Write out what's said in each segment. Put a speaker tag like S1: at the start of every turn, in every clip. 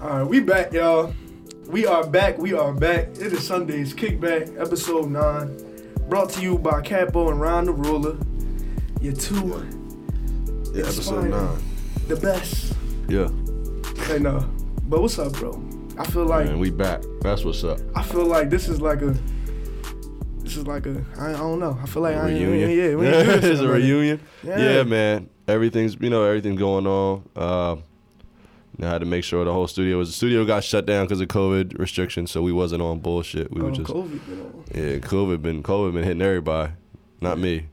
S1: All right, we back, y'all. We are back. We are back. It is Sunday's Kickback, episode nine, brought to you by Capo and Ron the Ruler. Your two,
S2: Yeah, episode
S1: fine.
S2: nine.
S1: the best.
S2: Yeah,
S1: I know. But what's up, bro? I feel like
S2: and we back. That's what's up.
S1: I feel like this is like a. This is like a. I, I don't know. I feel like I ain't-
S2: reunion.
S1: Yeah, we ain't do this
S2: it's
S1: in
S2: a
S1: minute.
S2: reunion.
S1: Yeah.
S2: Yeah. man. Everything's you know everythinging's going on. Um, you know, I had to make sure the whole studio was the studio got shut down because of COVID restrictions, so we wasn't on bullshit. We
S1: Oh,
S2: were just
S1: COVID, you know.
S2: yeah. COVID been COVID been hitting everybody, not me.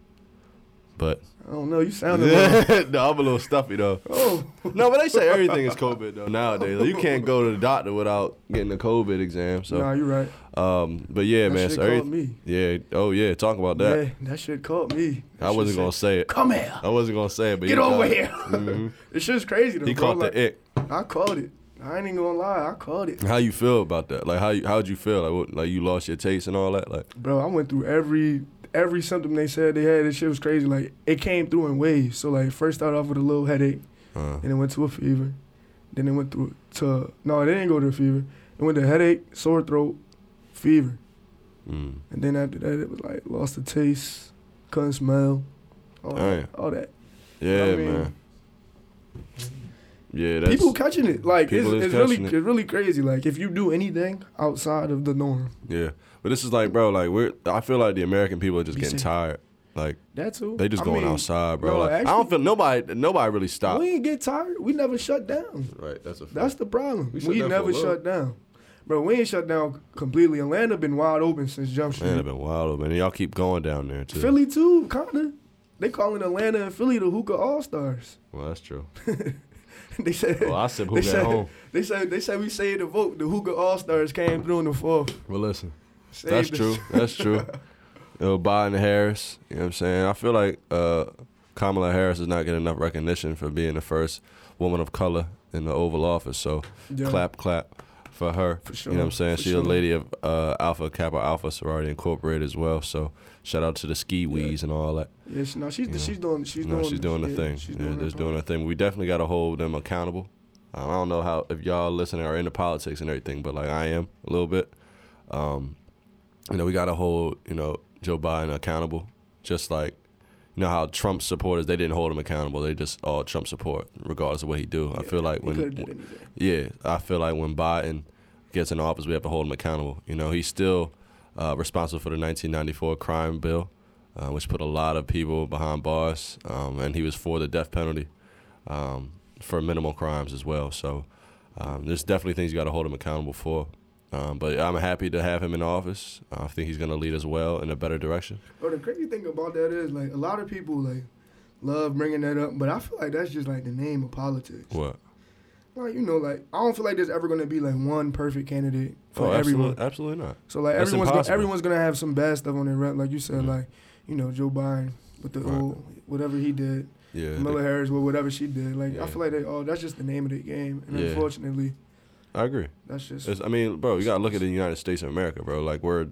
S2: But
S1: I don't know. You
S2: no, I'm
S1: sounded. like,
S2: a little stuffy though.
S1: oh,
S2: No, but they say everything is COVID though nowadays. Like, you can't go to the doctor without getting a COVID exam. So,
S1: nah, you right.
S2: um, but yeah,
S1: That
S2: man.
S1: shit
S2: So
S1: caught
S2: everyth-
S1: me.
S2: yeah. Oh yeah. Talk about that.
S1: Yeah, that shit caught me. That
S2: I
S1: shit
S2: wasn't
S1: said,
S2: gonna say it.
S1: Come here.
S2: I wasn't gonna say it, but
S1: Get
S2: he
S1: over
S2: caught it. Mm-hmm.
S1: here. This shit's crazy though.
S2: He
S1: bro.
S2: caught
S1: like,
S2: the ick.
S1: I caught it. I ain't even gonna lie. I caught it,
S2: How you feel about that? Like how you, how'd you feel? Like what, like you lost your taste and all that? Like
S1: bro. I went through every every symptom they said they had. This shit was crazy. Like it came through in waves. So like first started off with a little headache,
S2: uh,
S1: and it went to a fever, then it went through to no, it didn't go to a fever. It went to headache, sore throat, fever,
S2: mm.
S1: and then after that it was like lost the taste, couldn't smell, all
S2: Damn.
S1: that. All that.
S2: yeah,
S1: I mean,
S2: man. Yeah, that's
S1: people catching it. Like it's,
S2: people is
S1: it's really
S2: catching it.
S1: it's really crazy. Like if you do anything outside of the norm,
S2: yeah. But this is like, bro. Like we're. I feel like the American people are just
S1: Be
S2: getting
S1: safe.
S2: tired. Like
S1: that's who
S2: they just
S1: I
S2: going
S1: mean,
S2: outside, bro.
S1: no,
S2: like, I
S1: actually-
S2: don't feel nobody. Nobody really stopped.
S1: We ain't get tired. We never shut down.
S2: right. That's a.
S1: That's the problem.
S2: We
S1: We,
S2: shut down for a
S1: never
S2: little.
S1: shut down. Bro, we ain't shut down completely. Atlanta been wide open since Jump Street.
S2: man. I've been wild, man. Y'all keep going down there too.
S1: Philly too, kinda. They calling Atlanta and Philly the hookah all stars.
S2: Well, that's true.
S1: they said
S2: Well, I said who
S1: they
S2: at
S1: said
S2: home.
S1: they said they said we saved the vote. The hookah all stars came through in the fourth.
S2: Well, listen.
S1: Saved
S2: That's
S1: us.
S2: true. That's true. You know, Biden Harris, you know what I'm saying? I feel like uh, Kamala Harris is not getting enough recognition for being the first woman of color in the Oval Office. So
S1: Yeah.
S2: clap, clap for her.
S1: For sure.
S2: You know what I'm saying?
S1: For
S2: She's
S1: sure.
S2: a lady of uh, Alpha Kappa Alpha Sorority Incorporated as well. So shout out to the ski wees and all that.
S1: Yeah, she, no, she's
S2: You know.
S1: she's doing she's
S2: You know,
S1: doing
S2: she's doing
S1: yeah,
S2: the thing.
S1: She's
S2: yeah,
S1: doing her
S2: just
S1: part.
S2: doing the thing. We definitely got to hold them accountable. Um, I don't know how if y'all listening are into politics and everything, but like I am a little bit. Um, you know, we got to hold you know Joe Biden accountable, just like you know how Trump supporters they didn't hold him accountable. They just all Trump support regardless of what he do. I feel like
S1: He could've
S2: when
S1: did anything.
S2: yeah, I feel like when Biden gets in office, we have to hold him accountable. You know, he's still uh, responsible for the 1994 crime bill, uh, which put a lot of people behind bars, um, and he was for the death penalty um, for minimal crimes as well. So um, there's definitely things you got to hold him accountable for. Um, but I'm happy to have him in office. Uh, I think he's going to lead us well in a better direction.
S1: Bro, the crazy thing about that is like a lot of people like love bringing that up, but I feel like that's just like the name of politics.
S2: What?
S1: Like you know, like I don't feel like there's ever gonna be like one perfect candidate for
S2: oh,
S1: everyone.
S2: absolutely, absolutely not.
S1: So like
S2: That's
S1: everyone's gonna,
S2: impossible.
S1: everyone's gonna have some bad stuff on their rep, like you said,
S2: Mhm.
S1: like you know Joe Biden with the
S2: Right.
S1: old whatever he did,
S2: Yeah.
S1: Miller Harris with whatever she did. Like I
S2: Yeah.
S1: feel like they all that's just the name of the game, and
S2: Yeah.
S1: unfortunately
S2: I agree.
S1: that's just
S2: It's, I mean, bro, you gotta look at the United States of America, bro. Like we're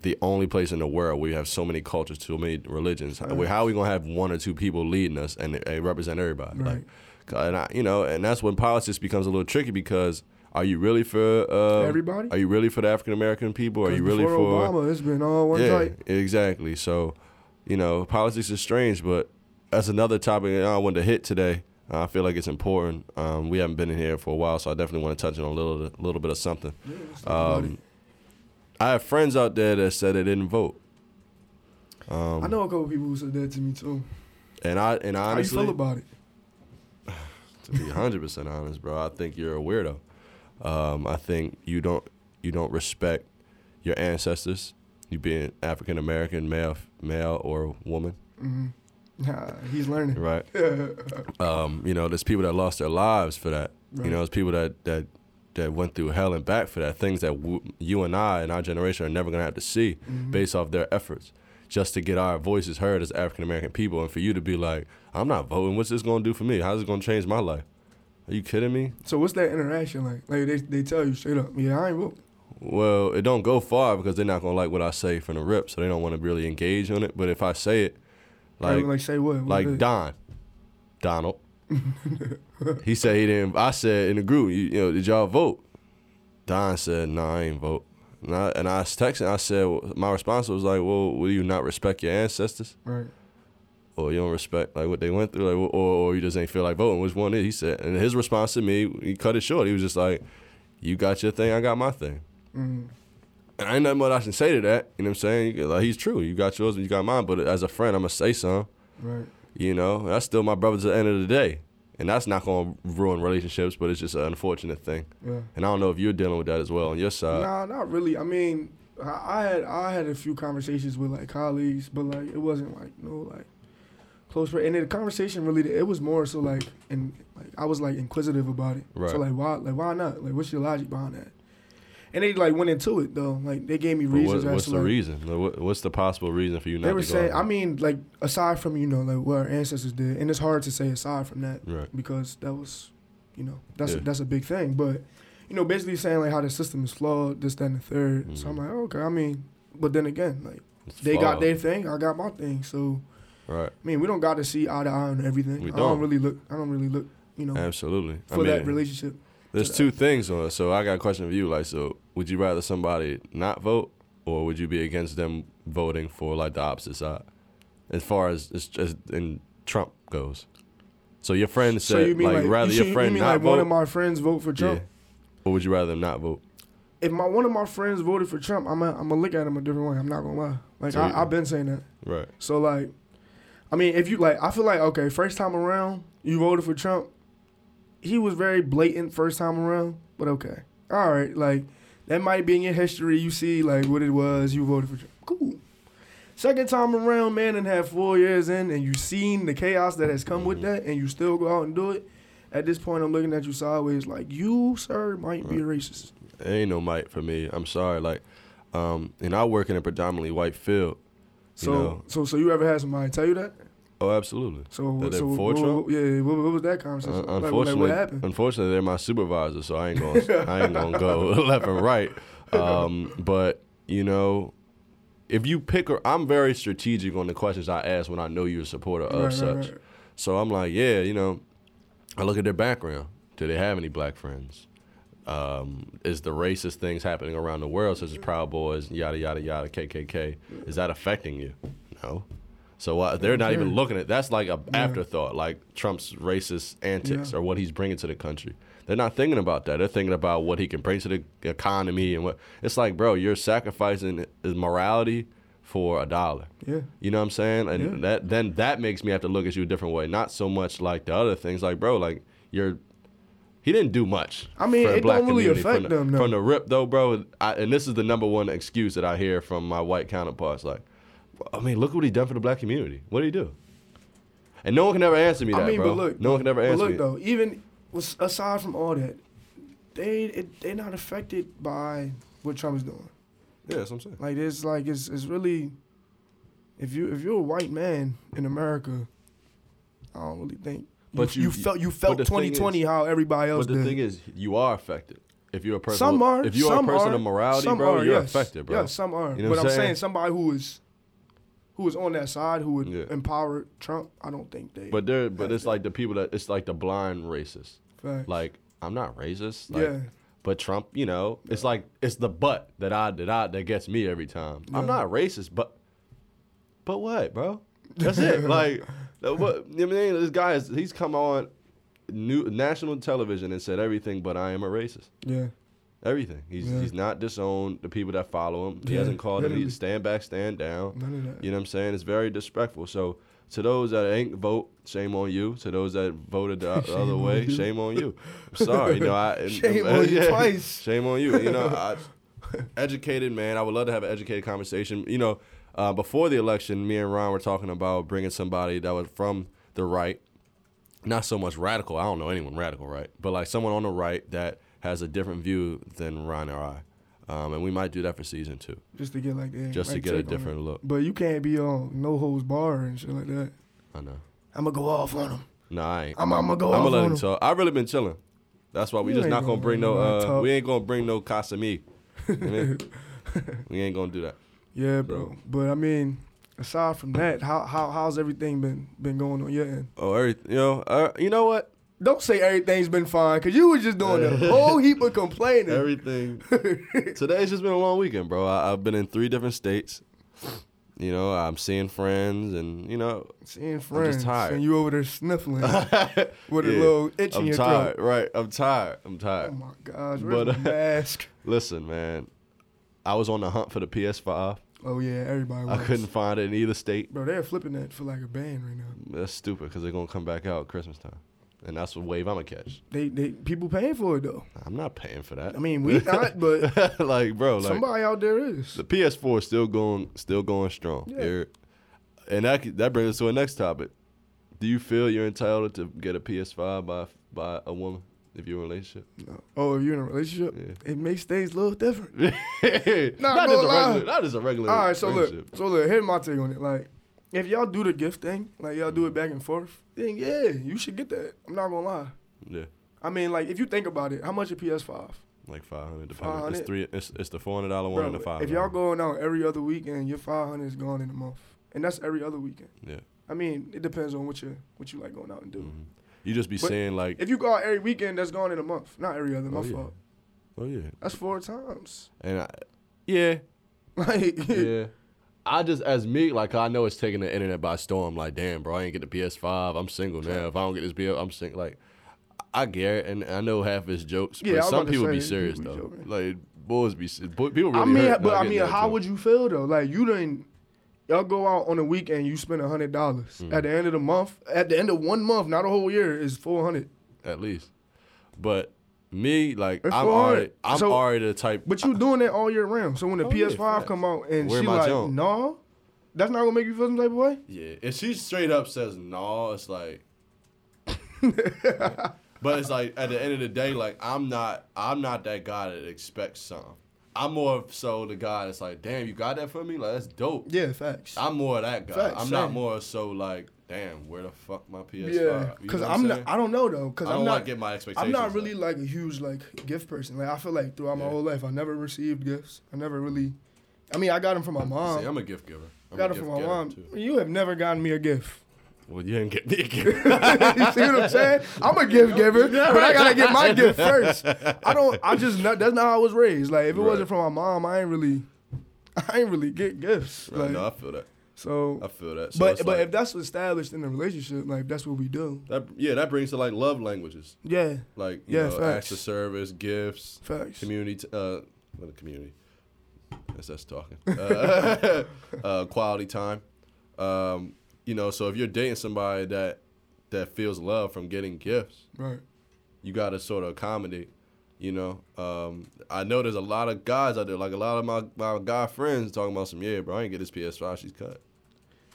S2: the only place in the world we have so many cultures, so many religions. How-
S1: Right.
S2: How we gonna have one or two people leading us and they represent everybody?
S1: right.
S2: Like, and I, you know, and that's when politics becomes a little tricky because are you really for uh,
S1: Everybody?
S2: Are you really for the African American people? Are
S1: 'Cause
S2: you really for
S1: before Obama? It's been all one
S2: yeah,
S1: type.
S2: exactly. So, you know, politics is strange, but that's another topic that I wanted to hit today. Uh, I feel like it's important. Um, we haven't been in here for a while, so I definitely want to touch on a little, little bit of something.
S1: Yeah, let's talk about it.
S2: Um, I have friends out there that said they didn't vote. Um,
S1: I know a couple people who said that to me too.
S2: and I and I honestly,
S1: How you feel about it?
S2: to be 100 percent honest, bro, I think you're a weirdo. Um, I think you don't you don't respect your ancestors. You being African American, male, male or woman,
S1: hmm Nah, he's learning.
S2: right?
S1: right.
S2: um, you know, there's people that lost their lives for that. You know, there's people that that that went through hell and back for that. Things that w- you and I and our generation are never gonna have to see
S1: Mhm.
S2: based off their efforts, just to get our voices heard as African American people. And for you to be like, I'm not voting. What's this gonna do for me? How's it gonna change my life? Are you kidding me?
S1: So what's that interaction like? Like they, they tell you straight up, yeah, I ain't vote.
S2: Well, it don't go far because they're not gonna like what I say from the rip, so they don't want to really engage on it. But if I say it,
S1: Like,
S2: like
S1: like, say what? What
S2: like
S1: is it?
S2: Don, Donald, he said he didn't. I said in the group, you, you know, did y'all vote? Don said, no, nah, I ain't vote. And I, and I was texting. I said, well, my response was like, well, will you not respect your ancestors,
S1: Right.
S2: or you don't respect like what they went through, like, or, or you just ain't feel like voting? Which one is? He said, and his response to me, he cut it short. He was just like, you got your thing, I got my thing.
S1: Mm.
S2: And ain't nothing much I can say to that. You know what I'm saying? Like he's true. You got yours and you got mine. But as a friend, I'ma say something.
S1: Right.
S2: You know, that's still my brother to the end of the day. And that's not gonna ruin relationships, but it's just an unfortunate thing.
S1: Yeah.
S2: And I don't know if you're dealing with that as well on your side.
S1: nah, not really. I mean, I, I had I had a few conversations with like colleagues, but like it wasn't like no like close. Friend. And then the conversation really it was more so like and like I was like inquisitive about it.
S2: Right.
S1: So like why like why not? Like what's your logic behind that? And they like went into it though. Like they gave me
S2: But
S1: reasons.
S2: what, what's
S1: as to,
S2: the
S1: like,
S2: reason? Like, what, what's the possible reason for you not
S1: They were
S2: to go?
S1: saying.
S2: out?
S1: I mean, like aside from you know like what our ancestors did, and it's hard to say aside from that
S2: right,
S1: because that was, you know, that's
S2: Yeah.
S1: a, that's a big thing. But you know, basically saying like how the system is flawed, this, that, and the 3rd So I'm
S2: Mhm.
S1: like, okay, I mean, but then again, like
S2: It's
S1: they got
S2: flawed.
S1: their thing, I got my thing. So
S2: right.
S1: I mean, we don't got to see eye to eye on everything.
S2: We
S1: I don't
S2: don't.
S1: really look. I don't really look. You know,
S2: Absolutely.
S1: for that relationship.
S2: there's
S1: to
S2: two things on it. So I got a question for you. Like, so would you rather somebody not vote, or would you be against them voting for like the opposite side, as far as as, as in Trump goes? So your friend said,
S1: So you mean
S2: like,
S1: like,
S2: rather
S1: you,
S2: your
S1: see- you
S2: friend
S1: mean
S2: not
S1: like
S2: vote,
S1: one of my friends vote for Trump?
S2: Yeah. or would you rather them not vote?
S1: If my one of my friends voted for Trump, I'm gonna I'm gonna look at him a different way. I'm not gonna lie. Like
S2: So you-
S1: I, I've been saying that.
S2: Right.
S1: So like, I mean, if you like, I feel like okay, first time around, you voted for Trump. He was very blatant first time around, but okay, all right, like that might be in your history. You see, like what it was, you voted for Trump. Cool. Second time around, man, and have four years in, and you seen the chaos that has come with
S2: Mhm.
S1: that, and you still go out and do it. At this point, I'm looking at you sideways, like you, sir, might be a racist.
S2: It ain't no mic for me. I'm sorry. Like, um, and I work in a predominantly white field.
S1: So,
S2: know.
S1: so, so you ever had somebody tell you that?
S2: Oh, absolutely.
S1: So,
S2: That they
S1: so
S2: for
S1: what,
S2: Trump?
S1: yeah, what, what was that
S2: Uh,
S1: conversation? Like, what- like,
S2: unfortunately,
S1: what happened?
S2: unfortunately, they're my supervisor, so I ain't gonna, I ain't gonna go left and right. Um, but you know, if you pick, a- I'm very strategic on the questions I ask when I know you're a supporter of
S1: Right,
S2: such.
S1: right, right.
S2: So I'm like, yeah, you know, I look at their background. Do they have any black friends? Um, is the racist things happening around the world, such as Proud Boys, yada yada yada, KKK, is that affecting you? No. So uh, they're not even
S1: Okay.
S2: looking at that's like a
S1: Yeah.
S2: afterthought, like Trump's racist antics
S1: Yeah.
S2: or what he's bringing to the country. They're not thinking about that. They're thinking about what he can bring to the economy and what. It's like, bro, you're sacrificing his morality for a dollar.
S1: Yeah.
S2: You know what I'm saying? And
S1: Yeah.
S2: that then that makes me have to look at you a different way. Not so much like the other things. Like, bro, like you're he didn't do much.
S1: I mean,
S2: for the
S1: it
S2: black
S1: don't really
S2: community.
S1: affect
S2: from the,
S1: them, though.
S2: From the rip though, bro, I, and this is the number one excuse that I hear from my white counterparts. Like, I mean, look what he done for the black community. What did he do? And no one can ever answer me that,
S1: I mean,
S2: bro.
S1: but look,
S2: no one can ever
S1: but
S2: answer
S1: look
S2: me.
S1: though, even was- aside from all that, they it, they're not affected by what Trump is doing.
S2: Yeah, that's what I'm saying.
S1: Like it's like it's it's really, if you if you're a white man in America, I don't really think.
S2: But
S1: you,
S2: you-
S1: you felt you felt
S2: the thing
S1: 2020 how everybody else
S2: But the
S1: did.
S2: thing is, you are affected. If you're a person,
S1: some are.
S2: if you're
S1: some
S2: a person
S1: are,
S2: of morality,
S1: some
S2: bro,
S1: are,
S2: you're
S1: yes.
S2: affected, bro.
S1: Yeah, some are.
S2: You know
S1: but
S2: what I'm
S1: I'm saying?
S2: saying?
S1: somebody who is, who is on that side, who would
S2: Yeah.
S1: empower Trump, I don't think they.
S2: But they're but
S1: Yeah.
S2: it's like the people that it's like the blind racist.
S1: Facts.
S2: Like I'm not racist. Like,
S1: yeah,
S2: But Trump, you know, it's like it's the but that I that I that gets me every time. I'm
S1: Yeah.
S2: not racist, but but what, bro? That's it. like the- what I mean, this guy is he's come on new national television and said everything but I am a racist.
S1: yeah.
S2: Everything. He's
S1: Yeah.
S2: he's not disowned the people that follow him. He
S1: Yeah,
S2: hasn't called him
S1: literally.
S2: he's stand back, stand down.
S1: None of that.
S2: You know what I'm saying? It's very disrespectful. So to those that ain't vote, shame on you. To those that voted the the other
S1: Shame
S2: way,
S1: on you.
S2: shame on you. I'm sorry, you know. I, and- uh,
S1: Shame on you twice.
S2: Shame on you. You know, I, educated man. I would love to have an educated conversation. You know, uh, before the election, me and Ron were talking about bringing somebody that was from the right, not so much radical. I don't know anyone radical, right? But like someone on the right that has a different view than Ron or I. Um, and we might do that for season two,
S1: Just to get like that.
S2: just to get a different look.
S1: But you can't be on no holds bar and shit like that.
S2: I know.
S1: I'm gonna go off on him.
S2: No, I ain't.
S1: I'm, I'm gonna go
S2: I'm
S1: off
S2: gonna let
S1: on
S2: him
S1: Oh, him.
S2: talk. I've really been chilling. That's why we
S1: You
S2: just
S1: ain't
S2: not gonna
S1: gonna
S2: bring
S1: let
S2: no.
S1: nobody
S2: Uh,
S1: talk.
S2: we ain't gonna bring no Casami. we ain't gonna do that.
S1: Yeah, bro. But I mean, aside from that, how how how's everything been been going on your end?
S2: Oh, every, you know, uh, you know what?
S1: Don't say everything's been fine, cause you was just doing a whole heap of complaining.
S2: Everything. Today's just been a long weekend, bro. I, I've been in three different states. You know, I'm seeing friends, and you know,
S1: Seeing friends,
S2: tired.
S1: and you over there sniffling with a
S2: Yeah.
S1: little itch in
S2: I'm
S1: your
S2: tired.
S1: throat.
S2: Right, I'm tired. I'm
S1: Oh
S2: tired.
S1: my gosh, where's
S2: But,
S1: my
S2: uh,
S1: mask?
S2: Listen, man, I was on the hunt for the PS5.
S1: Oh yeah, everybody.
S2: I
S1: was.
S2: couldn't find it in either state.
S1: Bro, they're flipping that for like a band right now.
S2: That's stupid because they're gonna come back out Christmas time, and that's the wave I'ma catch.
S1: They they people paying for it though.
S2: I'm not paying for that.
S1: I mean, we not, but
S2: like, bro, like
S1: somebody out there is.
S2: the PS4 is still going, still going strong.
S1: Yeah.
S2: You're- and that c- that brings us to our next topic. Do you feel you're entitled to get a PS5 by by a woman if you're in a relationship?
S1: No. Oh, if you're in a relationship,
S2: Yeah.
S1: it makes things a little different.
S2: not,
S1: gonna
S2: just a
S1: lie.
S2: regular, not just a regular.
S1: All right, so look,
S2: relationship.
S1: so look, here's my take on it. Like, if y'all do the gift thing, like y'all do it back and forth, then yeah, you should get that. I'm not gonna lie.
S2: Yeah,
S1: I mean, like, if you think about it, how much a PS5?
S2: like five hundred. depending. It's
S1: 500.
S2: three. It's, it's the four hundred dollar one and the
S1: Bro,
S2: five.
S1: if y'all going out every other weekend, your 500 is gone in a month, and that's every other weekend.
S2: yeah,
S1: I mean, it depends on what you what you like going out and doing.
S2: mhm. you just be
S1: But
S2: saying like,
S1: If you go out every weekend, that's gone in a month. Not every other
S2: oh
S1: month.
S2: yeah,
S1: fault.
S2: oh yeah,
S1: That's four times.
S2: and I, yeah,
S1: Like,
S2: yeah. I just as me like I know it's taking the internet by storm. Like damn, bro, I ain't get the PS Five. I'm single now. If I don't get this PS, I'm single. Like I get it, and I know half his jokes,
S1: Yeah, I
S2: but
S1: was
S2: some
S1: about to
S2: people
S1: say,
S2: be
S1: people
S2: serious
S1: be
S2: though.
S1: joking.
S2: Like boys be se- boy- people really.
S1: I mean,
S2: hurt
S1: but
S2: not
S1: I
S2: getting
S1: mean,
S2: that
S1: how
S2: joke.
S1: would you feel though? Like you didn't, y'all go out on a weekend, you spend a hundred dollars
S2: Mm.
S1: at the end of the month. At the end of one month, not a whole year, is four hundred.
S2: at least? But me like
S1: It's
S2: I'm
S1: 400.
S2: already I'm
S1: So-
S2: already the type.
S1: But you doing that all year round. So when the
S2: Oh, yeah,
S1: PS5
S2: facts.
S1: come out and
S2: Where
S1: she
S2: my
S1: like, no,
S2: junk?
S1: that's not gonna make you feel some type of way.
S2: Yeah, if she straight up says no, it's like. but it's like at the end of the day, like I'm not, I'm not that guy that expects something. I'm more of so the guy that's like, damn, you got that for me, like that's dope.
S1: Yeah, facts.
S2: I'm more of that guy.
S1: Facts,
S2: I'm not
S1: same.
S2: more so like, damn, where the fuck my PS5?
S1: yeah, because I'm not. I don't know though. Because
S2: I
S1: I'm
S2: don't
S1: not.
S2: like get my expectations.
S1: I'm not
S2: up.
S1: really like a huge like gift person. Like I feel like throughout my
S2: Yeah.
S1: whole life, I never received gifts. I never really. I mean, I got them from my mom.
S2: See, I'm a gift giver. I'm
S1: got
S2: a
S1: them from
S2: gift
S1: my
S2: getter,
S1: mom.
S2: too.
S1: You have never gotten me a gift.
S2: Well, you didn't get me a gift.
S1: you see what I'm saying? I'm a gift giver, but I gotta get my gift first. I don't. I just not, that's not how I was raised. Like if it
S2: Right.
S1: wasn't for my mom, I ain't really, I ain't really get gifts.
S2: Right,
S1: Like,
S2: no, I feel that.
S1: so,
S2: I feel that. So
S1: but
S2: it's
S1: but
S2: like-
S1: if that's established in a relationship, like that's what we do.
S2: That yeah, that brings to like love languages,
S1: Yeah,
S2: like you
S1: Yeah,
S2: know,
S1: facts.
S2: acts of service, gifts,
S1: facts.
S2: community, t- uh, what a community. That's us talking. Uh, uh, quality time, um, you know. So if you're dating somebody that that feels love from getting gifts,
S1: Right.
S2: you got to sort of accommodate. You know, um, I know there's a lot of guys out there, like a lot of my, my guy friends talking about some, yeah, bro, I ain't get this PS5, she's cut.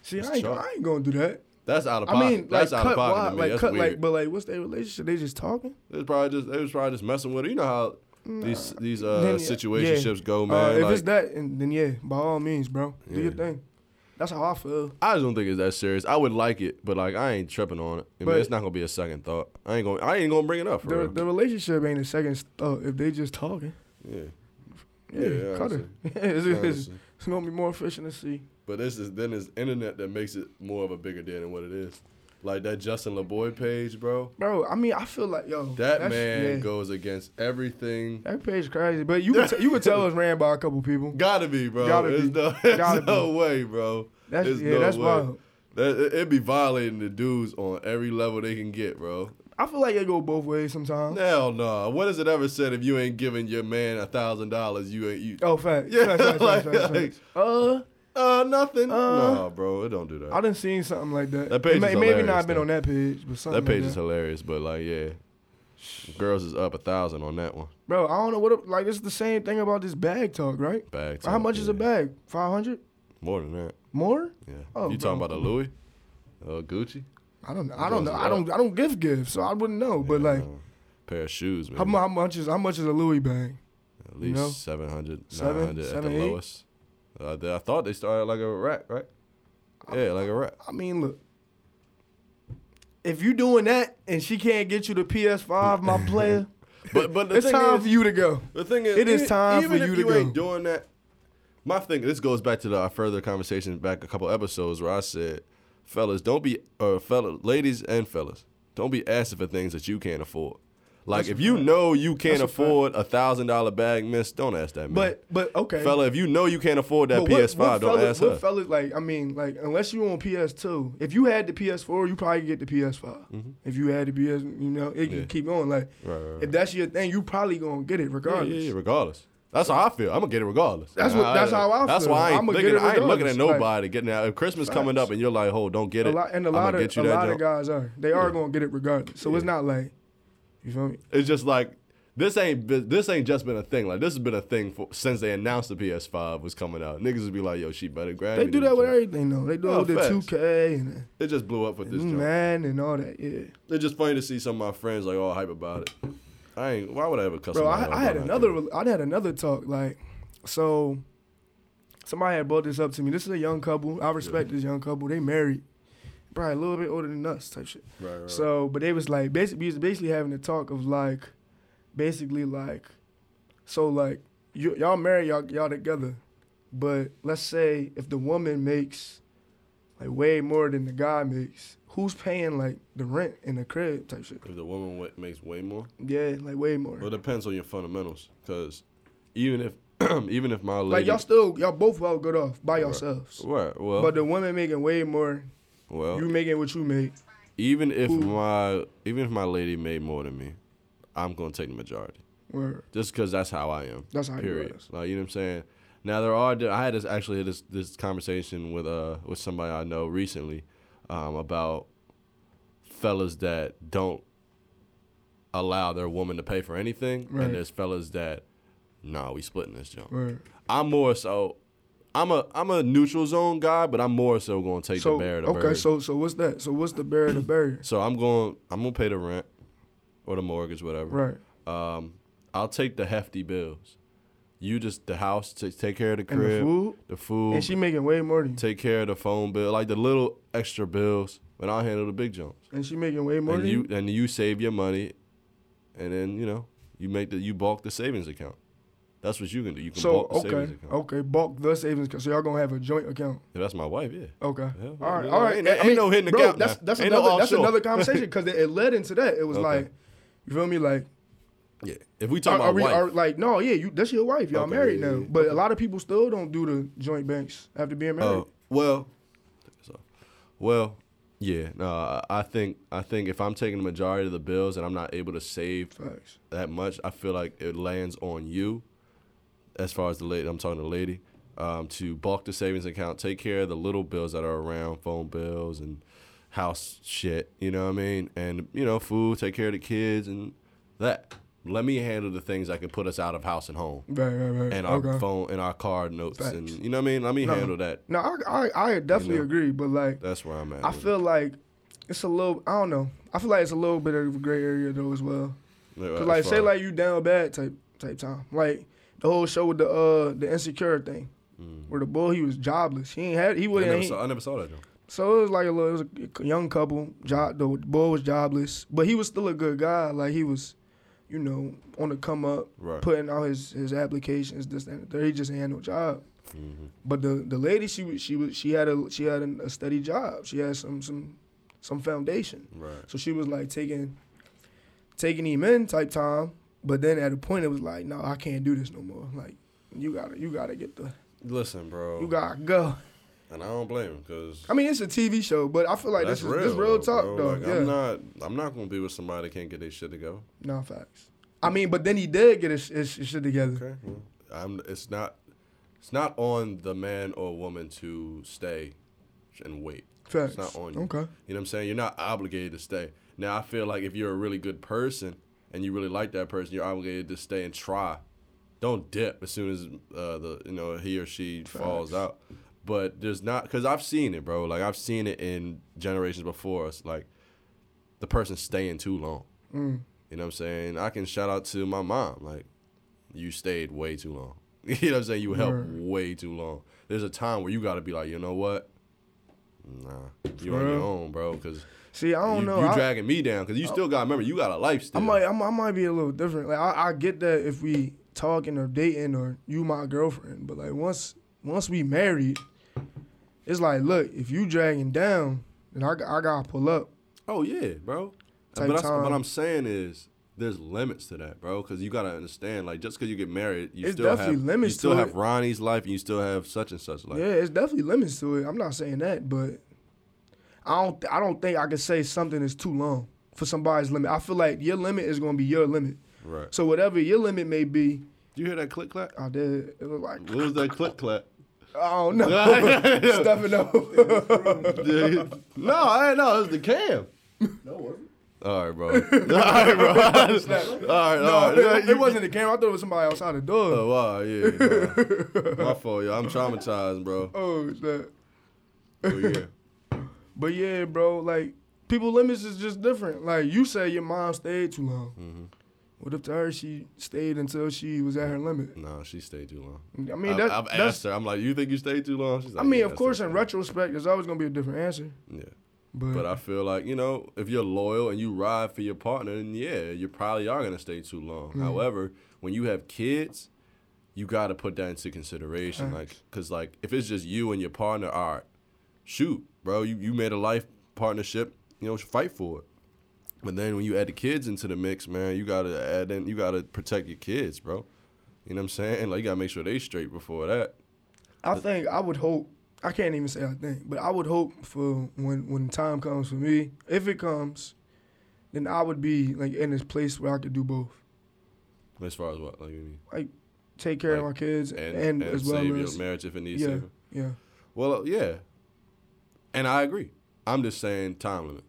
S1: See,
S2: It's
S1: I ain't,
S2: chalk.
S1: I ain't gonna do that.
S2: That's out of
S1: I
S2: pocket.
S1: mean, like
S2: That's out
S1: cut,
S2: of pocket. to
S1: why,
S2: me.
S1: like
S2: That's
S1: cut,
S2: weird.
S1: like, but like, what's their relationship? They just talking.
S2: It was probably just they was probably just messing with her. You know how these these uh,
S1: Then, yeah.
S2: situationships go,
S1: Uh,
S2: man.
S1: if
S2: like,
S1: it's that, and then yeah, by all means, bro, do your
S2: Yeah.
S1: thing. That's how I feel.
S2: I just don't think it's that serious. I would like it, but like I ain't tripping on it. I mean,
S1: But-
S2: it's not gonna be a second thought. I ain't gonna I ain't gonna bring it up for
S1: The,
S2: real.
S1: the relationship ain't a second thought if they just talking.
S2: yeah,
S1: Yeah,
S2: Yeah,
S1: cut it.
S2: honestly.
S1: it's, it's,
S2: honestly.
S1: it's gonna be more efficient to see.
S2: But this is then it's internet that makes it more of a bigger deal than what it is. Like that Justin LeBoy page, bro.
S1: Bro, I mean, I feel like yo,
S2: That
S1: that's-
S2: man
S1: yeah.
S2: goes against everything.
S1: that page crazy. But you could t- you could tell it's ran by a couple people.
S2: Gotta be, bro.
S1: Gotta
S2: There's
S1: be.
S2: no, there's
S1: Gotta
S2: no way, bro.
S1: That's
S2: There's
S1: yeah,
S2: no
S1: that's
S2: way.
S1: wild.
S2: That, it, it be violating the dudes on every level they can get, bro.
S1: I feel like it go both ways sometimes.
S2: Hell no. What has it ever said if you ain't giving your man a thousand dollars? You ain't you
S1: Oh, fact.
S2: Yeah,
S1: Facts, facts,
S2: like-
S1: facts, facts,
S2: like-
S1: facts. Uh,
S2: uh nothing.
S1: Uh,
S2: no, bro, it don't do
S1: I
S2: that.
S1: done seen something like that.
S2: That page
S1: it may,
S2: is
S1: it maybe
S2: hilarious,
S1: not been
S2: though.
S1: on that page, but something.
S2: That page
S1: like
S2: is hilarious, but like yeah, girls is up a thousand on that one.
S1: Bro, I don't know what. Like it's the same thing about this bag talk, right?
S2: Bag.
S1: How
S2: talk,
S1: much is a
S2: yeah.
S1: bag? Five hundred
S2: More than that.
S1: more?
S2: Yeah.
S1: Oh,
S2: you talking
S1: bro.
S2: about a Louis, a Gucci?
S1: I don't. know. I don't
S2: Goes
S1: know.
S2: up.
S1: I don't. I don't give gifts, so I wouldn't know. Oh, But
S2: Yeah,
S1: like,
S2: no. pair of shoes, man.
S1: how, mu- how much is how much is a Louis bag?
S2: At
S1: you know?
S2: least seven hundred, nine
S1: Seven,
S2: hundred 700, 900 at
S1: seven,
S2: the
S1: eight?
S2: lowest. Uh, they- I thought they started like a rack, right?
S1: Uh,
S2: Yeah, like a rack.
S1: I mean, look. If you doing that and she can't get you the PS5, my player,
S2: But but the
S1: it's
S2: thing
S1: time
S2: is,
S1: for you to go.
S2: The thing is,
S1: It is
S2: even-
S1: time for
S2: even
S1: you to
S2: if you ain't
S1: go.
S2: doing that. My thing, this goes back to the, our further conversation back a couple episodes where I said, fellas, don't be, or fella, ladies and fellas, don't be asking for things that you can't afford. Like
S1: That's
S2: if
S1: a
S2: you
S1: fact.
S2: know you can't
S1: That's a fact.
S2: afford a thousand dollar bag, miss, don't ask that man.
S1: But but okay,
S2: fella, if you know you can't afford that
S1: But what-
S2: PS5,
S1: what
S2: don't
S1: fellas-
S2: ask
S1: what
S2: her.
S1: fellas, like, I mean, like, unless you on PS2, if you had the PS4, you probably get the PS5. If you had the PS, you know, it
S2: Yeah.
S1: can keep going. Like,
S2: Right, right, right.
S1: if that's your thing, you probably gonna get it
S2: Yeah,
S1: regardless.
S2: yeah, yeah, regardless. That's how I feel. I'm gonna get it regardless.
S1: That's what- that's how I
S2: That's
S1: feel.
S2: why I ain't,
S1: I'ma get
S2: looking,
S1: it
S2: I ain't looking at
S1: regardless. Like,
S2: nobody getting out. If Christmas coming
S1: facts.
S2: up and you're like, "Oh, don't get
S1: A
S2: it,"
S1: lot, and a
S2: I'm
S1: lot
S2: gonna
S1: of
S2: get you
S1: a
S2: that
S1: lot of
S2: junk.
S1: guys are. They are
S2: Yeah.
S1: gonna get it regardless. So it's
S2: Yeah.
S1: not like, you feel me?
S2: it's just like this ain't bi- this ain't just been a thing. Like this has been a thing for, since they announced the PS5 was coming out. Niggas would be like, "Yo, she better grab."
S1: They
S2: me
S1: do
S2: this
S1: that with
S2: junk."
S1: everything though. They do
S2: Oh,
S1: it with
S2: facts.
S1: the 2K and
S2: It just blew up with
S1: the
S2: this. junk.
S1: Mm, man and all that. Yeah,
S2: It's just funny to see some of my friends like all hype about it. I ain't. Why would I ever cuss?
S1: bro.
S2: somebody out
S1: I, I had
S2: about
S1: another.
S2: that?
S1: I had another talk. Like, so somebody had brought this up to me. This is a young couple. I respect this young couple. They married, probably a little bit older than us, type shit.
S2: Right, right, right.
S1: So, but they was like basically, we was basically having a talk of like, basically like, so like you, y'all married y'all y'all together, but let's say if the woman makes like way more than the guy makes, who's paying like the rent in the crib type shit?
S2: if the woman wa- makes way more,
S1: Yeah, like way more.
S2: well, it depends on your fundamentals. Because even if even if my lady,
S1: like y'all still y'all both well good off by yourselves,
S2: right, well,
S1: but the woman making way more,
S2: well,
S1: you making what you make.
S2: even if
S1: Who-
S2: my even if my lady made more than me, I'm gonna take the majority.
S1: Where
S2: Just because that's how I am.
S1: that's how you
S2: period.
S1: was.
S2: Like you know what I'm saying. Now there are. I had this actually this this conversation with uh with somebody I know recently, um about fellas that don't allow their woman to pay for anything,
S1: Right.
S2: and there's fellas that, nah, we splitting this junk.
S1: Where
S2: I'm more so. I'm a I'm a neutral zone guy, but I'm more so gonna take
S1: so
S2: the bear to
S1: okay,
S2: bird.
S1: so so what's that? So what's the barrier to barrier?
S2: So I'm going. I'm gonna pay the rent, or the mortgage, whatever.
S1: Right.
S2: Um, I'll take the hefty bills. You just the house to take care of the
S1: And the
S2: crib,
S1: food,
S2: the food,
S1: and she making way more than you.
S2: take care of the phone bill, like the little extra bills, and I'll handle the big jumps.
S1: And she making way more
S2: And
S1: than
S2: you and you save your money, and then you know you make the you bulk the savings account. That's what you can do. You can
S1: So
S2: bulk the savings
S1: okay, Oh.
S2: account.
S1: okay, bulk the savings account. So y'all gonna have a joint account.
S2: If that's my wife, yeah.
S1: Okay.
S2: Yeah,
S1: all right,
S2: yeah,
S1: all right.
S2: ain't-
S1: I
S2: ain't
S1: mean,
S2: no hidden
S1: bro,
S2: account
S1: That's
S2: now.
S1: that's
S2: Ain't no
S1: another that's
S2: offshore.
S1: another conversation because it, it led into that. It was
S2: Okay.
S1: like, you feel me? Like,
S2: Yeah. If we
S1: are,
S2: talk
S1: are
S2: about
S1: we
S2: wife, uh,
S1: are like no? Yeah, you that's your wife. Y'all
S2: Okay,
S1: married
S2: yeah,
S1: now.
S2: yeah,
S1: But a lot of people still don't do the joint banks after being married.
S2: Oh well, so, well, yeah. No, I- I think I think if I'm taking the majority of the bills and I'm not able to save
S1: Facts.
S2: that much, I feel like it lands on you. As far as the lady, I'm talking to the lady, um, to bulk the savings account, take care of the little bills that are around, phone bills and house shit. You know what I mean? And you know, food, take care of the kids and that. Let me handle the things that can put us out of house and home,
S1: Right, right, right.
S2: and our
S1: okay.
S2: phone, and our card notes, and
S1: Facts.
S2: you know what I mean. Let me
S1: No.
S2: handle that.
S1: No, I I, I definitely
S2: know.
S1: agree. But like,
S2: That's where I'm at.
S1: I
S2: with it.
S1: feel like it's a little. I don't know. I feel like it's a little bit of a gray area though as well.
S2: Yeah,
S1: Cause
S2: as
S1: like say
S2: far-
S1: like you down bad type type time. Like the whole show with the uh the insecure thing.
S2: Mm.
S1: Where the boy he was jobless. He ain't had he
S2: I,
S1: wouldn't
S2: never
S1: he-
S2: saw, I never saw that. Though.
S1: so it was like a little it was a young couple. Job the boy was jobless. But he was still a good guy. Like he was, you know, on the come up,
S2: Right.
S1: putting out his his applications, this that, and the third. He just ain't had no job.
S2: Mhm.
S1: But the the lady she was she was she had a she had an, a steady job. She had some some some foundation.
S2: Right.
S1: So she was like taking taking him in type time, but then at a point it was like, no, I can't do this no more. Like you gotta you gotta get the
S2: Listen, bro.
S1: you gotta go.
S2: and I don't blame him because
S1: I mean it's a TV show, but I feel like
S2: that's
S1: this is
S2: real.
S1: this real talk
S2: bro.
S1: though.
S2: Like,
S1: yeah,
S2: I'm not. I'm not gonna be with somebody that can't get their shit together.
S1: no facts. I mean, but then he did get his, his, his shit together.
S2: Okay. Well, I'm. It's not. It's not on the man or woman to stay and wait.
S1: Facts.
S2: not on you.
S1: Okay.
S2: You know what I'm saying? You're not obligated to stay. Now I feel like if you're a really good person and you really like that person, you're obligated to stay and try. Don't dip as soon as uh, the you know he or she falls
S1: Facts.
S2: out. But there's not because I've seen it, bro. Like I've seen it in generations before us. Like the person staying too long.
S1: Mm.
S2: You know what I'm saying? I can shout out to my mom. Like you stayed way too long. you know what I'm saying? You helped
S1: Word.
S2: way too long. There's a time where you got to be like, you know what? Nah, you
S1: For
S2: on your
S1: real?
S2: own, bro. Because
S1: See, I don't
S2: you,
S1: know.
S2: You
S1: I-
S2: dragging me down because you still got. Remember, you got a life
S1: I
S2: still.
S1: might, I might, I might be a little different. Like I, I get that if we talking or dating or you my girlfriend, but like once once we married, it's like, look, if you dragging down, then I, I gotta pull up.
S2: Oh yeah, bro.
S1: Take
S2: But that's
S1: time.
S2: what I'm saying is there's limits to that, bro. Because you gotta understand, like just because you get married, you
S1: It's
S2: still have
S1: definitely limits
S2: you still
S1: to
S2: have
S1: it.
S2: Ronnie's life and you still have such and such life.
S1: yeah, it's definitely limits to it. I'm not saying that, but I don't I don't think I could say something is too long for somebody's limit. I feel like your limit is gonna be your limit.
S2: Right.
S1: So whatever your limit may be,
S2: You hear that click clack?
S1: I did. It was like
S2: What was that click clack?
S1: I don't know, stuffing up.
S2: Dude. no, I didn't know. It was the cam.
S3: No, was it?
S2: All right, bro. all right, bro. all right, all right.
S1: it, it wasn't the camera. I thought it was somebody outside the door.
S2: Oh, wow, yeah. nah. My fault, yo. I'm traumatized, bro.
S1: Oh, snap.
S2: Oh, yeah.
S1: But yeah, bro, like people limits is just different. Like you say, your mom stayed too long.
S2: Mm-hmm.
S1: What if to her she stayed until she was at her limit?
S2: No, she stayed too long.
S1: I
S2: I
S1: mean, that's,
S2: I've
S1: that's
S2: asked her. I'm like, you think you stayed too long? She's
S1: I
S2: like,
S1: mean,
S2: yeah,
S1: of
S2: I
S1: course,
S2: stayed
S1: in
S2: too long.
S1: retrospect, there's always gonna be a different answer.
S2: Yeah.
S1: But,
S2: But I feel like, you know, if you're loyal and you ride for your partner, then yeah, you probably are going to stay too long.
S1: Mm-hmm.
S2: However, when you have kids, you got to put that into consideration. Like, because, like, if it's just you and your partner, all right, shoot, bro, you, you made a life partnership, you know, fight for it. But then when you add the kids into the mix, man, you got to add in, you got to protect your kids, bro. You know what I'm saying? Like, you got to make sure they straight before that.
S1: I think I would hope. I can't even say I think, but I would hope for when when time comes for me, if it comes, then I would be like in this place where I could do both,
S2: As far as what? Like, you mean?
S1: take care of my
S2: Like,
S1: kids and,
S2: And, and,
S1: as well
S2: save
S1: as
S2: your marriage if it needs
S1: yeah,
S2: saving.
S1: yeah.
S2: Well, uh, yeah, and I agree. I'm just saying time limit,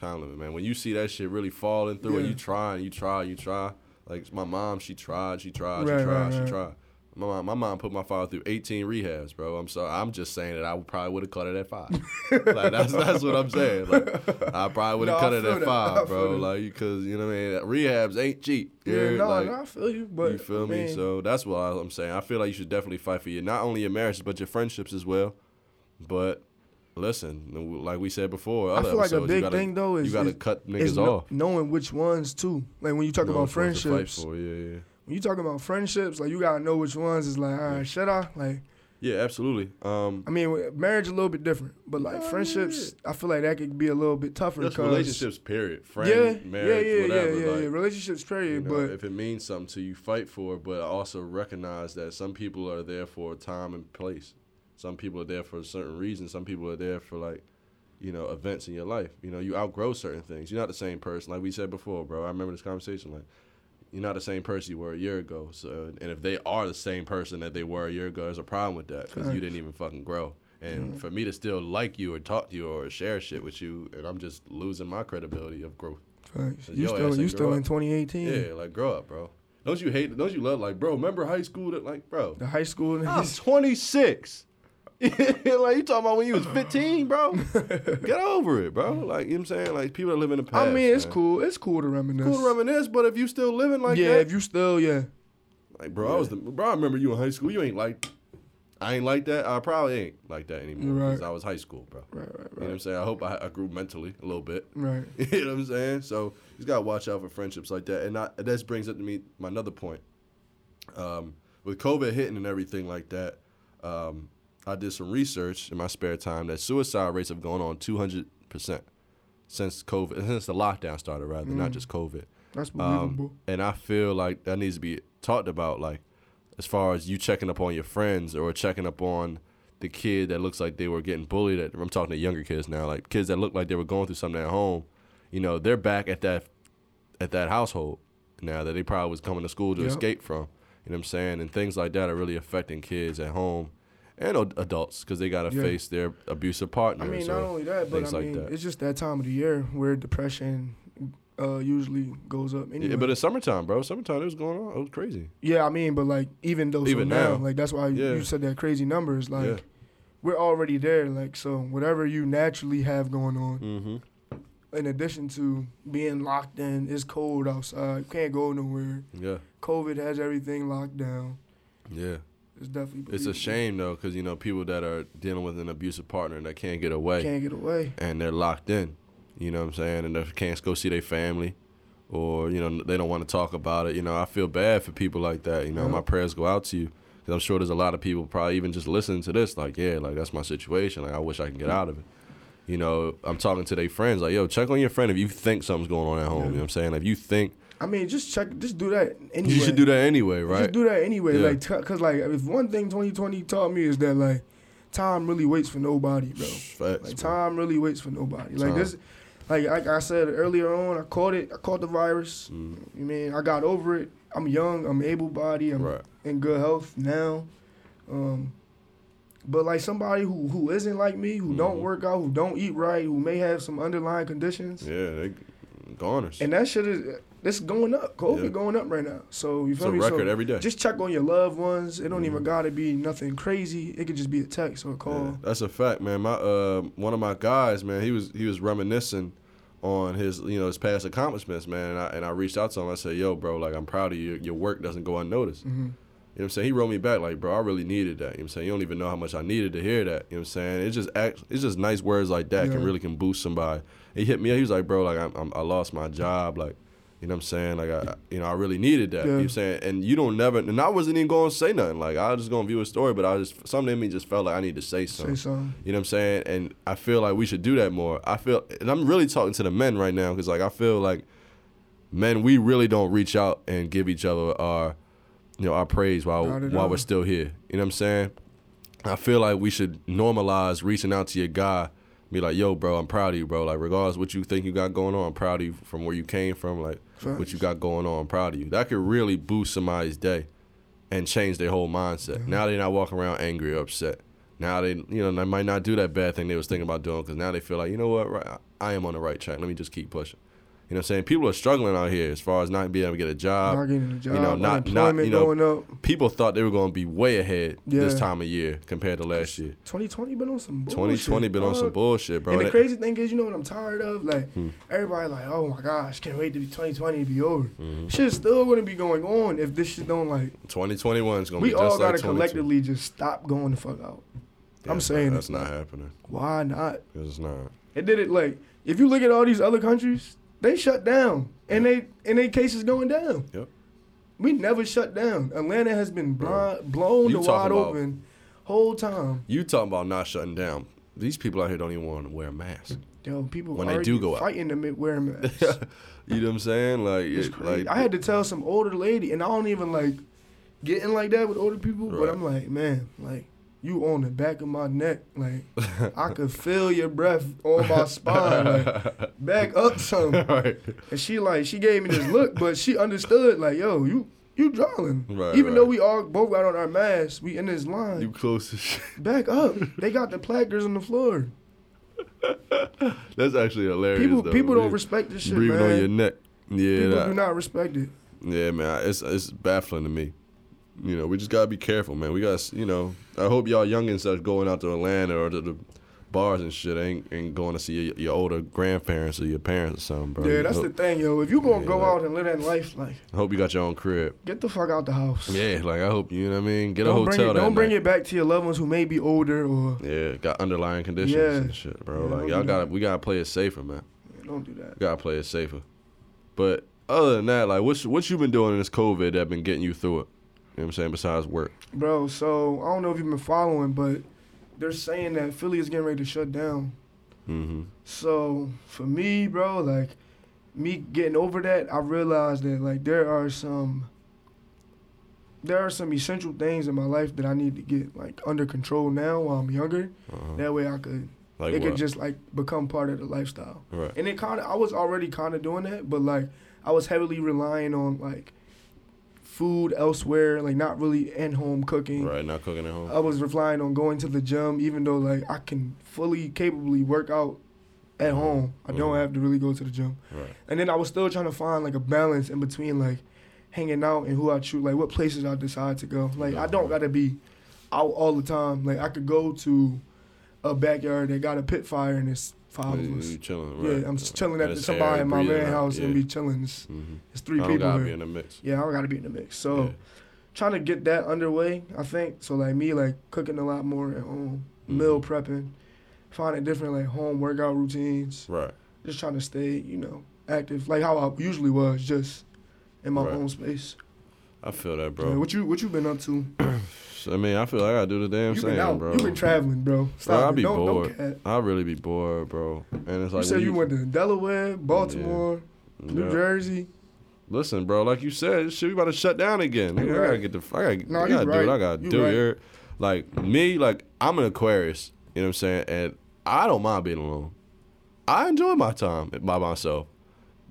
S2: time limit, man. When you see that shit really falling through, and
S1: Yeah.
S2: you try and you try, you try. Like my mom, she tried, she tried,
S1: Right,
S2: she tried,
S1: right,
S2: she
S1: right.
S2: tried. My mom, my mom put my father through 18 rehabs, bro. I'm sorry. I'm just saying that I would- probably would have cut it at five. like that's that's what I'm saying. Like I probably would
S1: No,
S2: have
S1: I
S2: cut it
S1: feel
S2: at
S1: that. I
S2: five, bro.
S1: feel that.
S2: Like because you know what I mean. Rehabs ain't cheap. you
S1: Yeah,
S2: heard?
S1: no,
S2: Like,
S1: no, I feel you, but
S2: you feel
S1: I
S2: me?
S1: mean,
S2: So that's what I- I'm saying. I feel like you should definitely fight for your not only your marriages but your friendships as well. But listen, like we said before,
S1: I
S2: other
S1: feel like a
S2: episodes, you
S1: big
S2: gotta,
S1: thing though is
S2: you gotta
S1: is-
S2: cut
S1: is
S2: niggas
S1: kno-
S2: off.
S1: knowing which ones too. Like when you talk
S2: You know
S1: about
S2: what you're supposed to
S1: friendships,
S2: fight for, Yeah, yeah,
S1: when you talk about friendships, like you gotta know which ones is like, all right, should I? Like,
S2: yeah, absolutely. Um,
S1: I mean, with- marriage a little bit different, but like
S2: Yeah, I
S1: friendships, I feel like that could be a little bit tougher.
S2: just
S1: 'cause-
S2: relationships, period. Friend,
S1: yeah,
S2: marriage,
S1: yeah, yeah,
S2: whatever.
S1: yeah, yeah,
S2: like,
S1: yeah. Relationships,
S2: you
S1: period.
S2: know,
S1: but
S2: if it means something to you, fight for it. But also recognize that some people are there for a time and place. Some people are there for a certain reason. Some people are there for like, you know, events in your life. You know, you outgrow certain things. You're not the same person. Like we said before, bro. I remember this conversation. Like, you're not the same person you were a year ago. So, and if they are the same person that they were a year ago, there's a problem with that because you
S1: Correct.
S2: didn't even fucking grow. And for me to still like you or talk to you or share shit with you, and I'm just losing my credibility of growth.
S1: Facts.
S2: Yo,
S1: you
S2: ass
S1: still, you
S2: ain't grow
S1: still in
S2: up.
S1: 2018.
S2: Yeah, like grow up, bro. Don't you hate? Don't you love? Like, bro, remember high school? That like, bro,
S1: The high school.
S2: I'm
S1: niggas.
S2: 26. like you talking about when you was 15, bro? Get over it, bro. Like you know what I'm saying, like people that live in the past.
S1: I mean, it's
S2: man.
S1: cool. It's cool to reminisce.
S2: Cool to reminisce, but if you still living like
S1: yeah,
S2: that,
S1: if you still, yeah.
S2: like bro, I was the bro. I remember you in high school. You ain't like, I ain't like that. I probably ain't like that anymore
S1: Right.
S2: because I was high school, bro.
S1: Right, right,
S2: You know what I'm saying? I hope I, I grew mentally a little bit.
S1: right.
S2: you know what I'm saying? So you got to watch out for friendships like that. And I, this brings up to me my another point. Um, with COVID hitting and everything like that, um, I did some research in my spare time that suicide rates have gone on 200 percent since COVID, since the lockdown started, rather not just COVID.
S1: That's believable.
S2: Um, and I feel like that needs to be talked about, like as far as you checking up on your friends or checking up on the kid that looks like they were getting bullied. At, I'm talking to younger kids now, like kids that look like they were going through something at home. You know, they're back at that at that household now that they probably was coming to school to
S1: Yep.
S2: escape from. You know what I'm saying? And things like that are really affecting kids at home and ad- adults because they got to
S1: Yeah.
S2: face their abusive
S1: I
S2: partners.
S1: mean, not
S2: or
S1: only that, but
S2: things
S1: I
S2: like
S1: mean,
S2: that.
S1: it's just that time of the year where depression uh, usually goes up. Anyway.
S2: yeah, but it's summertime, bro. Summertime, it was going on. It was crazy.
S1: Yeah, I mean, but like even though
S2: Even
S1: so now,
S2: now.
S1: like that's why
S2: Yeah.
S1: you said that crazy numbers. Like
S2: Yeah.
S1: we're already there. Like so, whatever you naturally have going on,
S2: Mm-hmm.
S1: in addition to being locked in, it's cold outside. You can't go nowhere.
S2: Yeah.
S1: COVID has everything locked down.
S2: Yeah.
S1: It's definitely.
S2: It's
S1: believable.
S2: a shame though, because you know people that are dealing with an abusive partner and they can't get away,
S1: Can't get away.
S2: and they're locked in. You know what I'm saying? And they can't go see their family, or you know they don't want to talk about it. You know, I feel bad for people like that. You know,
S1: Yeah.
S2: my prayers go out to you, 'cause Because I'm sure there's a lot of people probably even just listening to this, like, yeah, like that's my situation. Like, I wish I can get out of it. You know, I'm talking to their friends, like, yo, check on your friend if you think something's going on at home. You know what I'm saying? Like, if you think
S1: I mean, just check, just do that anyway.
S2: you should do that anyway,
S1: You
S2: right?
S1: should do that anyway.
S2: Yeah.
S1: Like, t- cause like, if one thing 2020 taught me is that like, time really waits for nobody, bro.
S2: Facts,
S1: Like,
S2: bro.
S1: time really waits for nobody. Like
S2: Time.
S1: this, like, like I said earlier on, I caught it. I caught the virus.
S2: Mm,
S1: You mean I got over it. I'm young. I'm able-bodied. I'm
S2: right.
S1: in good health now. Um, but like somebody who who isn't like me, who don't
S2: Mhm.
S1: work out, who don't eat right, who may have some underlying conditions,
S2: Yeah, they goners.
S1: and that shit is this going up. COVID
S2: Yeah.
S1: going up right now. So you
S2: It's
S1: feel
S2: a
S1: me?
S2: record
S1: so,
S2: every day.
S1: just check on your loved ones. It don't even
S2: Mhm.
S1: gotta be nothing crazy. It could just be a text or a
S2: Yeah,
S1: call.
S2: that's a fact, man. My uh, one of my guys, man, he was he was reminiscing on his you know his past accomplishments, man. And I, and I reached out to him. I said, "Yo, bro, like I'm proud of you. Your work doesn't go unnoticed."
S1: hmm
S2: You know what I'm saying? He wrote me back like, "Bro, I really needed that." You know what I'm saying? You don't even know how much I needed to hear that. You know what I'm saying? It's just act, it's just nice words like that can
S1: Yeah.
S2: really can boost somebody. He hit me up. He was like, "Bro, like I'm, I'm I lost my job. Like, you know what I'm saying? Like I you know I really needed that. You know what
S1: Yeah.
S2: I'm saying? And you don't never and I wasn't even going to say nothing. Like I was just going to view his story, but I just something in me just felt like I need to say something.
S1: Say something.
S2: You know what I'm saying? And I feel like we should do that more. I feel, and I'm really talking to the men right now because like I feel like men, we really don't reach out and give each other our, you know, our praise while
S1: Not at
S2: while
S1: all.
S2: we're still here. You know what I'm saying? I feel like we should normalize reaching out to your guy, be like, yo, bro, I'm proud of you, bro. Like regardless what you think you got going on, I'm proud of you from where you came from. Like what
S1: Facts.
S2: you got going on. I'm proud of you. That could really boost somebody's day and change their whole mindset. Now they're not walking around angry or upset. Now they, you know, they might not do that bad thing they was thinking about doing because now they feel like, you know what, right, I I am on the right track. Let me just keep pushing. You know what I'm saying? People are struggling out here as far as not being able to get a job.
S1: not getting a job.
S2: uh, know, not- not,
S1: unemployment
S2: you know,
S1: going up.
S2: People thought they were going to be way ahead this
S1: Yeah.
S2: time of year compared to last year.
S1: 2020 been on some bullshit.
S2: 2020 been on some
S1: dog.
S2: bullshit, bro.
S1: and the
S2: That-
S1: crazy thing is, you know what I'm tired of? Like
S2: Hmm.
S1: everybody, like, oh my gosh, can't wait to be 2020 to be over.
S2: Mhm.
S1: Shit's still gonna be going on if this shit don't like.
S2: 2021 is going to
S1: We
S2: be
S1: all
S2: just
S1: gotta
S2: like 22.
S1: collectively just stop going the fuck out.
S2: Yeah,
S1: I'm saying
S2: that's
S1: it.
S2: not happening.
S1: Why not?
S2: 'Cause it's not.
S1: It did it like if you look at all these other countries, they shut down and they and they cases going down.
S2: Yep.
S1: We never shut down. Atlanta has been
S2: Bro,
S1: blind, blown
S2: you
S1: to wide
S2: talking about-
S1: open whole time.
S2: You talking about not shutting down? These people out here don't even want to wear a mask.
S1: Yo, people
S2: When they
S1: already
S2: do go out.
S1: fighting them at wearing masks.
S2: you know what I'm saying? Like,
S1: It's
S2: it-
S1: crazy.
S2: like
S1: I had to tell some older lady, and I don't even like getting like that with older people, but
S2: Right.
S1: I'm like, man, like you on the back of my neck, like I could feel your breath on my spine, like back up some.
S2: right,
S1: And she like she gave me this look, but she understood, like yo, you you drawing.
S2: Right,
S1: Even though
S2: right.
S1: we all both got on our masks, we in this line.
S2: you close to shit.
S1: back up. They got the placards on the floor.
S2: That's actually hilarious.
S1: People
S2: though.
S1: people don't
S2: Breathing-
S1: respect this shit,
S2: breathing
S1: man.
S2: on your neck. Yeah,
S1: people
S2: that-
S1: do not respect it.
S2: yeah, man. It's it's baffling to me. You know, we just gotta be careful, man. We got, you know, I hope y'all youngins that's going out to Atlanta or to the bars and shit ain't ain't going to see your, your older grandparents or your parents or something, bro.
S1: Yeah, that's the
S2: hope,
S1: thing, yo. If you gonna
S2: Yeah,
S1: go
S2: like-
S1: out and live that life, like
S2: I hope you got your own crib.
S1: Get the fuck out the house.
S2: Yeah, like I hope you know what I mean. Get
S1: Don't
S2: a
S1: bring
S2: hotel.
S1: it,
S2: that
S1: don't bring
S2: night.
S1: it back to your loved ones who may be older or
S2: Yeah, got underlying conditions
S1: Yeah.
S2: and shit, bro.
S1: Yeah,
S2: like
S1: don't
S2: y'all
S1: do
S2: got to
S1: that.
S2: we gotta play it safer, man.
S1: don't do that.
S2: We gotta play it safer. But other than that, like what's what you been doing in this COVID that been getting you through it? You know what I'm saying? Besides work,
S1: Bro, so I don't know if you've been following, but they're saying that Philly is getting ready to shut down.
S2: mm-hmm.
S1: So for me, bro, like me getting over that, I realized that like there are some there are some essential things in my life that I need to get like under control now while I'm younger.
S2: uh-huh.
S1: That way I could
S2: like
S1: it
S2: what?
S1: could just like become part of the lifestyle.
S2: right,
S1: And it kind of, I was already kind of doing that, but like I was heavily relying on like food elsewhere, like not really at home cooking.
S2: right, not cooking at home.
S1: I was relying on going to the gym, even though like I can fully capably work out at home. I don't
S2: Mhm.
S1: have to really go to the gym.
S2: right,
S1: And then I was still trying to find like a balance in between like hanging out and who I choose, like what places I decide to go. Like I don't gotta be out all the time. Like I could go to a backyard that got a pit fire and it's five
S2: you,
S1: of us.
S2: you chilling? Mm-hmm. Right.
S1: Yeah, I'm just chilling
S2: And
S1: at
S2: it's
S1: somebody
S2: air
S1: in my
S2: breathing
S1: man
S2: out,
S1: house and
S2: yeah.
S1: be chilling. It's,
S2: Mm-hmm.
S1: it's three
S2: I don't
S1: people
S2: gotta
S1: here. Oh,
S2: be in the mix.
S1: yeah, I don't gotta be in the mix. So
S2: Yeah. Mm-hmm.
S1: trying to get that underway, I think. So like me, like cooking a lot more at home,
S2: Mhm.
S1: meal prepping, finding different like home workout routines,
S2: Right,
S1: just trying to stay, you know, active like how I usually was, just in my
S2: Right.
S1: own space.
S2: I feel that,
S1: Yeah,
S2: bro.
S1: what you what you been up to?
S2: I mean, I feel like I gotta do the damn
S1: you
S2: thing,
S1: been out.
S2: bro.
S1: You been traveling, bro. Stop.
S2: I'll
S1: it.
S2: be
S1: don't,
S2: bored.
S1: Don't cat.
S2: I really be bored, bro. And it's
S1: You
S2: like
S1: said
S2: when
S1: you, went to Delaware, Baltimore, New
S2: Yeah.
S1: Jersey.
S2: Listen, bro, like you said, shit, we about to shut down again.
S1: You
S2: Nigga, I gotta
S1: right.
S2: get the. I gotta,
S1: No,
S2: I
S1: you
S2: gotta do
S1: right.
S2: what I gotta
S1: You
S2: do.
S1: right.
S2: here. Like me, like I'm an Aquarius. You know what I'm saying? And I don't mind being alone. I enjoy my time by myself.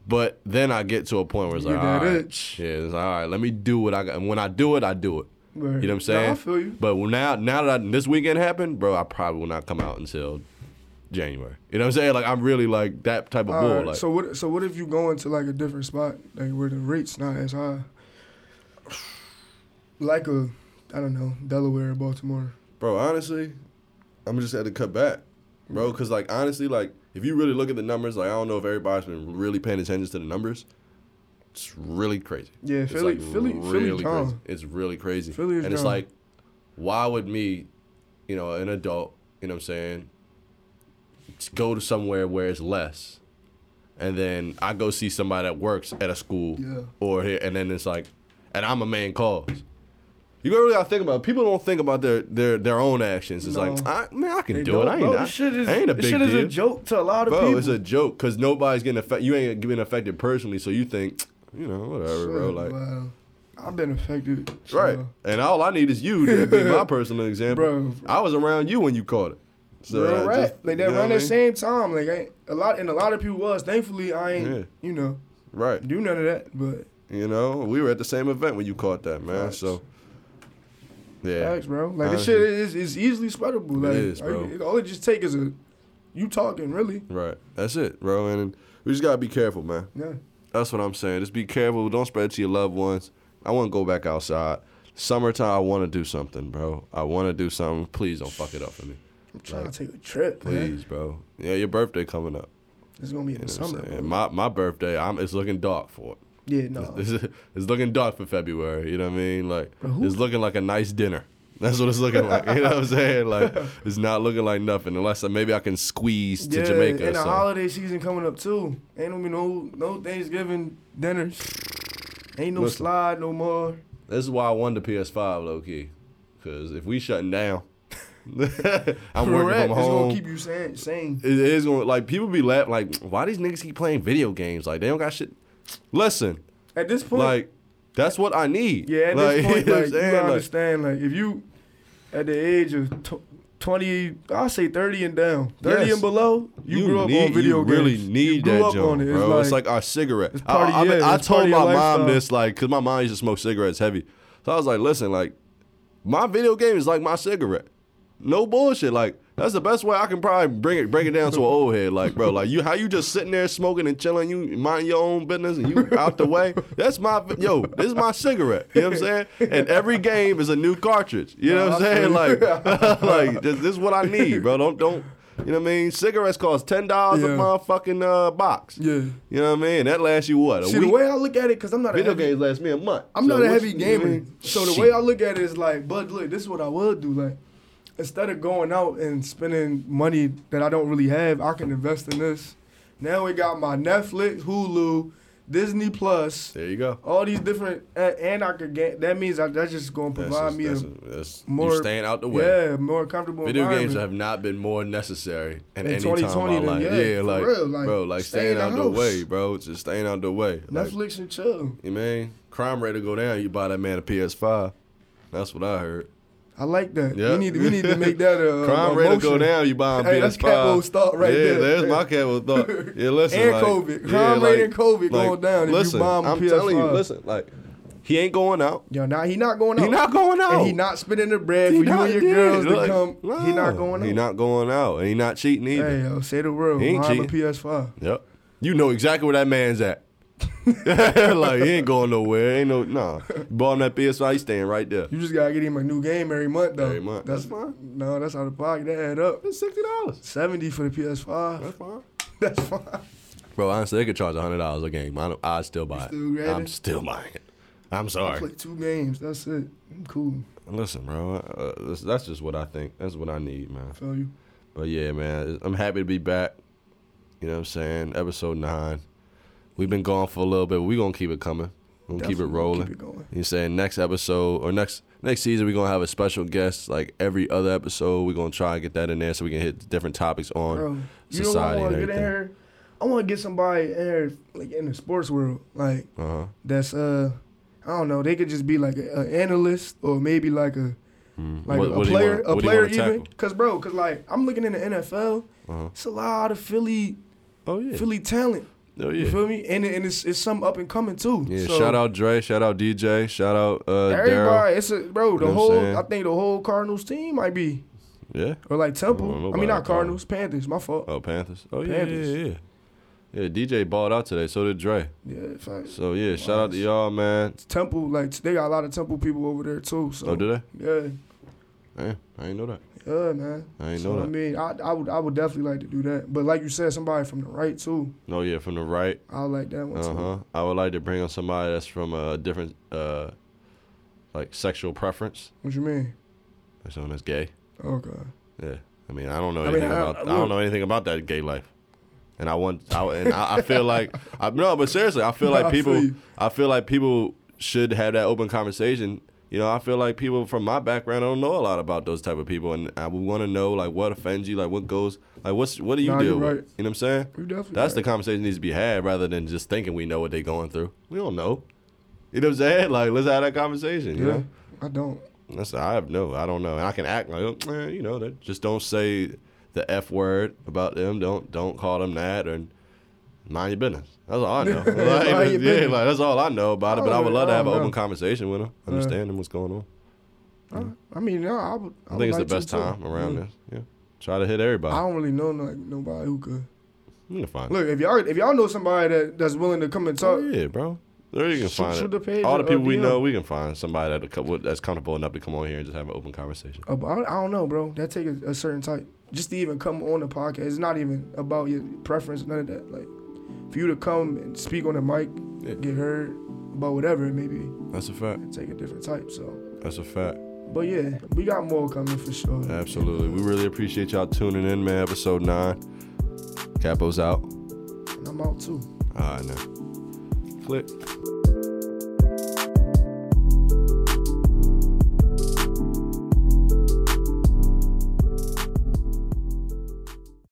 S2: But then I get to a point where it's
S1: You
S2: like, all
S1: did
S2: right,
S1: it.
S2: shit, it's like, all right, let me do what I got. And when I do it, I do it.
S1: Word.
S2: You know what I'm
S1: Nah,
S2: saying?
S1: I feel you.
S2: But now, now that I, this weekend happened, bro, I probably will not come out until January. You know what I'm saying? Like I'm really like that type of
S1: All
S2: bull.
S1: right,
S2: like,
S1: so what? So what if you going to like a different spot, like where the rates not as high? Like a, I don't know, Delaware or Baltimore.
S2: Bro, honestly, I'm just had to cut back, bro. Cause like honestly, like if you really look at the numbers, like I don't know if everybody's been really paying attention to the numbers. It's really crazy.
S1: Yeah,
S2: It's
S1: Philly,
S2: like
S1: Philly, Philly,
S2: really crazy.
S1: John.
S2: It's really crazy.
S1: Philly is
S2: and it's
S1: down.
S2: like, why would me, you know, an adult, you know what I'm saying, just go to somewhere where it's less, and then I go see somebody that works at a school
S1: Yeah.
S2: or here, and then it's like, and I'm a main cause. You really gotta think about it. people don't think about their their their own actions. It's like,
S1: No.
S2: I, man, I can
S1: They
S2: do
S1: don't,
S2: it. I ain't,
S3: Bro,
S2: not,
S3: this shit is,
S2: I ain't a big
S3: this shit
S2: deal.
S3: is a joke to a lot of
S2: bro,
S3: people.
S2: it's a joke because nobody's getting affected. You ain't getting affected personally, so you think, you know, whatever, bro.
S1: Shit,
S2: Like,
S1: wow. I've been affected. so-
S2: Right. And all I need is you to be my personal example.
S1: Bro.
S2: I was around you when you caught it. So
S1: Real
S2: I
S1: rap.
S2: just-
S1: like that
S2: you know
S1: around
S2: what I
S1: the
S2: mean?
S1: same time. Like I, a lot, and a lot of people was. Thankfully, I ain't,
S2: Yeah.
S1: you know,
S2: Right.
S1: do none of that. But
S2: You know, we were at the same event when you caught that, man.
S1: Facts.
S2: So Yeah.
S1: facts, bro. Like
S2: Honestly.
S1: this shit is is easily spreadable. Like
S2: is,
S1: all you-
S2: bro.
S1: it- all it just take is a you talking really.
S2: Right. That's it, bro. And we just gotta be careful, man.
S1: Yeah.
S2: That's what I'm saying. Just be careful. Don't spread it to your loved ones. I wanna go back outside. Summertime, I wanna do something, bro. I wanna do something. Please don't fuck it up for me.
S1: I'm trying to take a trip, man.
S2: Please, bro. Yeah, your birthday coming up.
S1: It's gonna be in
S2: You
S1: the
S2: know what I'm
S1: summer.
S2: saying?
S1: bro.
S2: My my birthday, I'm it's looking dark for it.
S1: yeah, no.
S2: It's, it's- it's looking dark for February. You know what I mean? Like
S1: Bro, who-
S2: it's looking like a nice dinner. That's what it's looking like. You know what I'm saying? Like it's not looking like nothing unless I, maybe I can squeeze to
S1: yeah,
S2: Jamaica.
S1: and
S2: or
S1: the
S2: something.
S1: holiday season coming up too. Ain't gonna be no no Thanksgiving dinners. Ain't no
S2: Listen.
S1: slide no more.
S2: this is why I won the PS5 low key, because if we shutting down, I'm working
S1: Correct.
S2: from
S1: It's gonna
S2: home.
S1: keep you sane. sane.
S2: it is going to like people be laughing like why these niggas keep playing video games like they don't got shit. Listen,
S1: At this point,
S2: like that's what I need.
S1: Yeah, at
S2: like,
S1: this point,
S2: you know what I'm
S1: like, you
S2: saying?
S1: gotta understand, like, if you at the age of tw- 20, I say 30 and down, 30
S2: Yes.
S1: and below, you, grew up
S2: need-
S1: on video
S2: you
S1: games.
S2: really need
S1: you grew
S2: that
S1: up
S2: junk,
S1: on it.
S2: bro.
S1: It's
S2: It's
S1: like,
S2: like our cigarette.
S1: it's part
S2: I,
S1: of
S2: I,
S1: your-
S2: I
S1: it's part
S2: told
S1: of
S2: my
S1: your
S2: mom
S1: lifestyle.
S2: this, like, because my mom used to smoke cigarettes heavy. So I was like, listen, like, my video game is like my cigarette. No bullshit. Like, that's the best way I can probably bring it break it down to an old head. Like, bro, like you how you just sitting there smoking and chilling, you mind your own business and you out the way. That's my yo, this is my cigarette. You know what I'm saying? And every game is a new cartridge. You know what I'm saying? Like like this, this is what I need, bro. Don't don't you know what I mean? Cigarettes cost ten dollars
S1: Yeah.
S2: a motherfucking uh, box.
S1: yeah.
S2: You know what I mean? That lasts you what? A
S1: See, the
S2: week.
S1: way I look at it, because I'm not
S2: Video
S1: a heavy,
S2: games last me a month.
S1: I'm
S2: So
S1: not a
S2: what's-
S1: heavy
S2: you know what I
S1: gamer.
S2: mean?
S1: So the
S2: Shit.
S1: way I look at it is like, but look, this is what I would do. Like, instead of going out and spending money that I don't really have, I can invest in this. Now we got my Netflix, Hulu, Disney Plus.
S2: there you go.
S1: all these different and, and I could get that means I, that's just gonna
S2: That's
S1: provide
S2: just-
S1: me
S2: that's
S1: a
S2: a- that's-
S1: more-
S2: you staying out the way.
S1: yeah more comfortable
S2: Video games
S1: environment.
S2: have not been more necessary
S1: In
S2: in, any time
S1: 2020
S2: of
S1: than-
S2: my life.
S1: yeah,
S2: Yeah,
S1: for
S2: like,
S1: real, like,
S2: bro, like
S1: stay
S2: staying
S1: in the
S2: out the
S1: house.
S2: way, bro. Just staying out the way. Like,
S1: Netflix and chill.
S2: you mean crime rate to go down? You buy that man a PS5. That's what I heard.
S1: I like that.
S2: Yeah.
S1: We need to, we need to make that a
S2: Crime
S1: a
S2: rate to
S1: motion.
S2: go down. You buy a
S1: Hey,
S2: PS5.
S1: that's Capo's thought right
S2: yeah,
S1: there.
S2: there's my Capo thought. Yeah, listen,
S1: And
S2: like,
S1: COVID.
S2: yeah,
S1: Crime rate
S2: like-
S1: and COVID
S2: like,
S1: going down. If
S2: Listen,
S1: you bomb
S2: I'm
S1: PS5.
S2: telling you, listen, like he ain't going out.
S1: Yo, nah, he not going out.
S2: He not going out.
S1: And he not spending the bread
S2: He
S1: for you
S2: not
S1: and your
S2: did.
S1: girls to
S2: Like,
S1: come. He not
S2: no,
S1: going out.
S2: He not going out, and he not cheating either.
S1: Hey, yo, say the word.
S2: He ain't
S1: I'm a
S2: cheating.
S1: PS5.
S2: Yep. You know exactly where that man's at. like he ain't going nowhere. Ain't no nah. Bought him that PS5, he's staying right there.
S1: You just gotta get him a new game every month though.
S2: Every month. That's fine.
S1: No, that's out of pocket. That add up.
S2: It's sixty dollars.
S1: Seventy for the PS5.
S2: That's fine.
S1: That's fine.
S2: Bro, honestly, they could charge hundred dollars a game. I don't, I'd still buy
S1: still
S2: it.
S1: grab
S2: I'm
S1: it?
S2: still buying it. I'm
S1: I
S2: sorry.
S1: play two games. That's it. I'm cool.
S2: Listen, bro, uh, that's- that's just what I think. That's what I need, man.
S1: Feel you.
S2: But yeah, man, I'm happy to be back. You know what I'm saying? Episode nine. We've been gone for a little bit. We're gonna keep it coming. We'll keep it
S1: Definitely
S2: rolling.
S1: Keep it going.
S2: You saying next episode or next next season we're gonna have a special guest like every other episode. We're gonna try and get that in there so we can hit different topics on.
S1: Bro, you know what I
S2: society
S1: want
S2: and
S1: to get in
S2: everything.
S1: here? I want to get somebody in here, like in the sports world, like
S2: Uh-huh.
S1: that's uh, I don't know. They could just be like an analyst or maybe like a
S2: Mm.
S1: like
S2: What-
S1: a
S2: what do you
S1: player,
S2: wanna-
S1: a
S2: what do you
S1: player
S2: wanna
S1: even.
S2: tackle?
S1: Cause bro, cause like I'm looking in the NFL,
S2: Uh-huh.
S1: it's a lot of Philly
S2: Oh yeah.
S1: Philly talent.
S2: oh
S1: You
S2: yeah.
S1: feel me? And and it's it's some up and coming too.
S2: Yeah,
S1: So,
S2: shout out Dre, shout out DJ, shout out uh Daryl.
S1: everybody. It's a bro. The
S2: know what I'm
S1: whole
S2: saying?
S1: I think the whole Cardinals team might be
S2: Yeah.
S1: or like
S2: I don't know
S1: Temple. I, mean
S2: about
S1: not
S2: the Cardinals.
S1: Cardinals, Panthers. My fault.
S2: Oh Panthers. Oh yeah,
S1: Panthers.
S2: yeah, yeah. Yeah, DJ balled out today, so did Dre.
S1: Yeah, facts.
S2: So yeah, shout out to
S1: Nice.
S2: y'all, man.
S1: Temple, like they got a lot of Temple people over there too. So
S2: Oh, did they?
S1: yeah,
S2: Yeah, I ain't know that.
S1: yeah, man.
S2: I ain't
S1: so,
S2: know
S1: I
S2: that.
S1: mean, I, I would I would definitely like to do that. But like you said, somebody from the right too.
S2: No, Oh, yeah, from the right.
S1: I would like that one
S2: Uh huh. I would like to bring on somebody that's from a different, uh, like sexual preference,
S1: too. What you mean? Oh,
S2: like someone that's gay.
S1: Okay.
S2: Yeah. I mean, I don't know
S1: I mean,
S2: anything
S1: I-
S2: about.
S1: I
S2: I, don't know anything about that gay life. And I want. I, and I, I feel like. I, no, but seriously, I feel like
S1: I feel
S2: people.
S1: you.
S2: I feel like people should have that open conversation. You know, I feel like people from my background don't know a lot about those type of people, and I want to know like what offends you, like what goes, like what's what do you
S1: Nah,
S2: deal
S1: you're
S2: with?
S1: right.
S2: You know what I'm saying?
S1: You definitely.
S2: That's the
S1: right.
S2: conversation needs to be had rather than just thinking we know what they're going through. We don't know. You know what I'm saying? Like, let's have that conversation. You
S1: yeah.
S2: know,
S1: I don't.
S2: that's I have no, I don't know, and I can act like, oh, eh, you know, that just don't say the f word about them. Don't don't call them that, and mind your business. That's all I know. Like,
S1: Mind your
S2: yeah,
S1: business.
S2: like that's all I know about it. But I would
S1: Oh,
S2: love to have an
S1: oh,
S2: open
S1: no.
S2: conversation with them,
S1: Yeah.
S2: understanding what's going on.
S1: I, I mean, no. I would.
S2: I,
S1: would
S2: think it's
S1: like
S2: the best
S1: to, too. Mm.
S2: time around
S1: Yeah.
S2: this. Yeah, try to hit
S1: I
S2: everybody.
S1: don't really know like nobody who could.
S2: You can find.
S1: Look, if y'all if y'all know somebody that, that's willing to come and talk,
S2: oh, yeah, bro. There you can
S1: shoot,
S2: find it.
S1: shoot the uh, page.
S2: All the
S1: or
S2: people we
S1: DM.
S2: know, we can find somebody that co- would- that's comfortable enough to come on here and just have an open conversation.
S1: Uh, but I I don't know, bro. That take a, a certain type. Just to even come on the podcast, it's not even about your preference, none of that. Like, for you to come and speak on the mic,
S2: Yeah.
S1: get heard about whatever it may be,
S2: That's a fact.
S1: and take a different type. So,
S2: That's a fact.
S1: but yeah, we got more coming for sure.
S2: Absolutely. We really appreciate y'all tuning in, man. Episode nine. Capo's out.
S1: And I'm out too.
S2: All right, now. Click.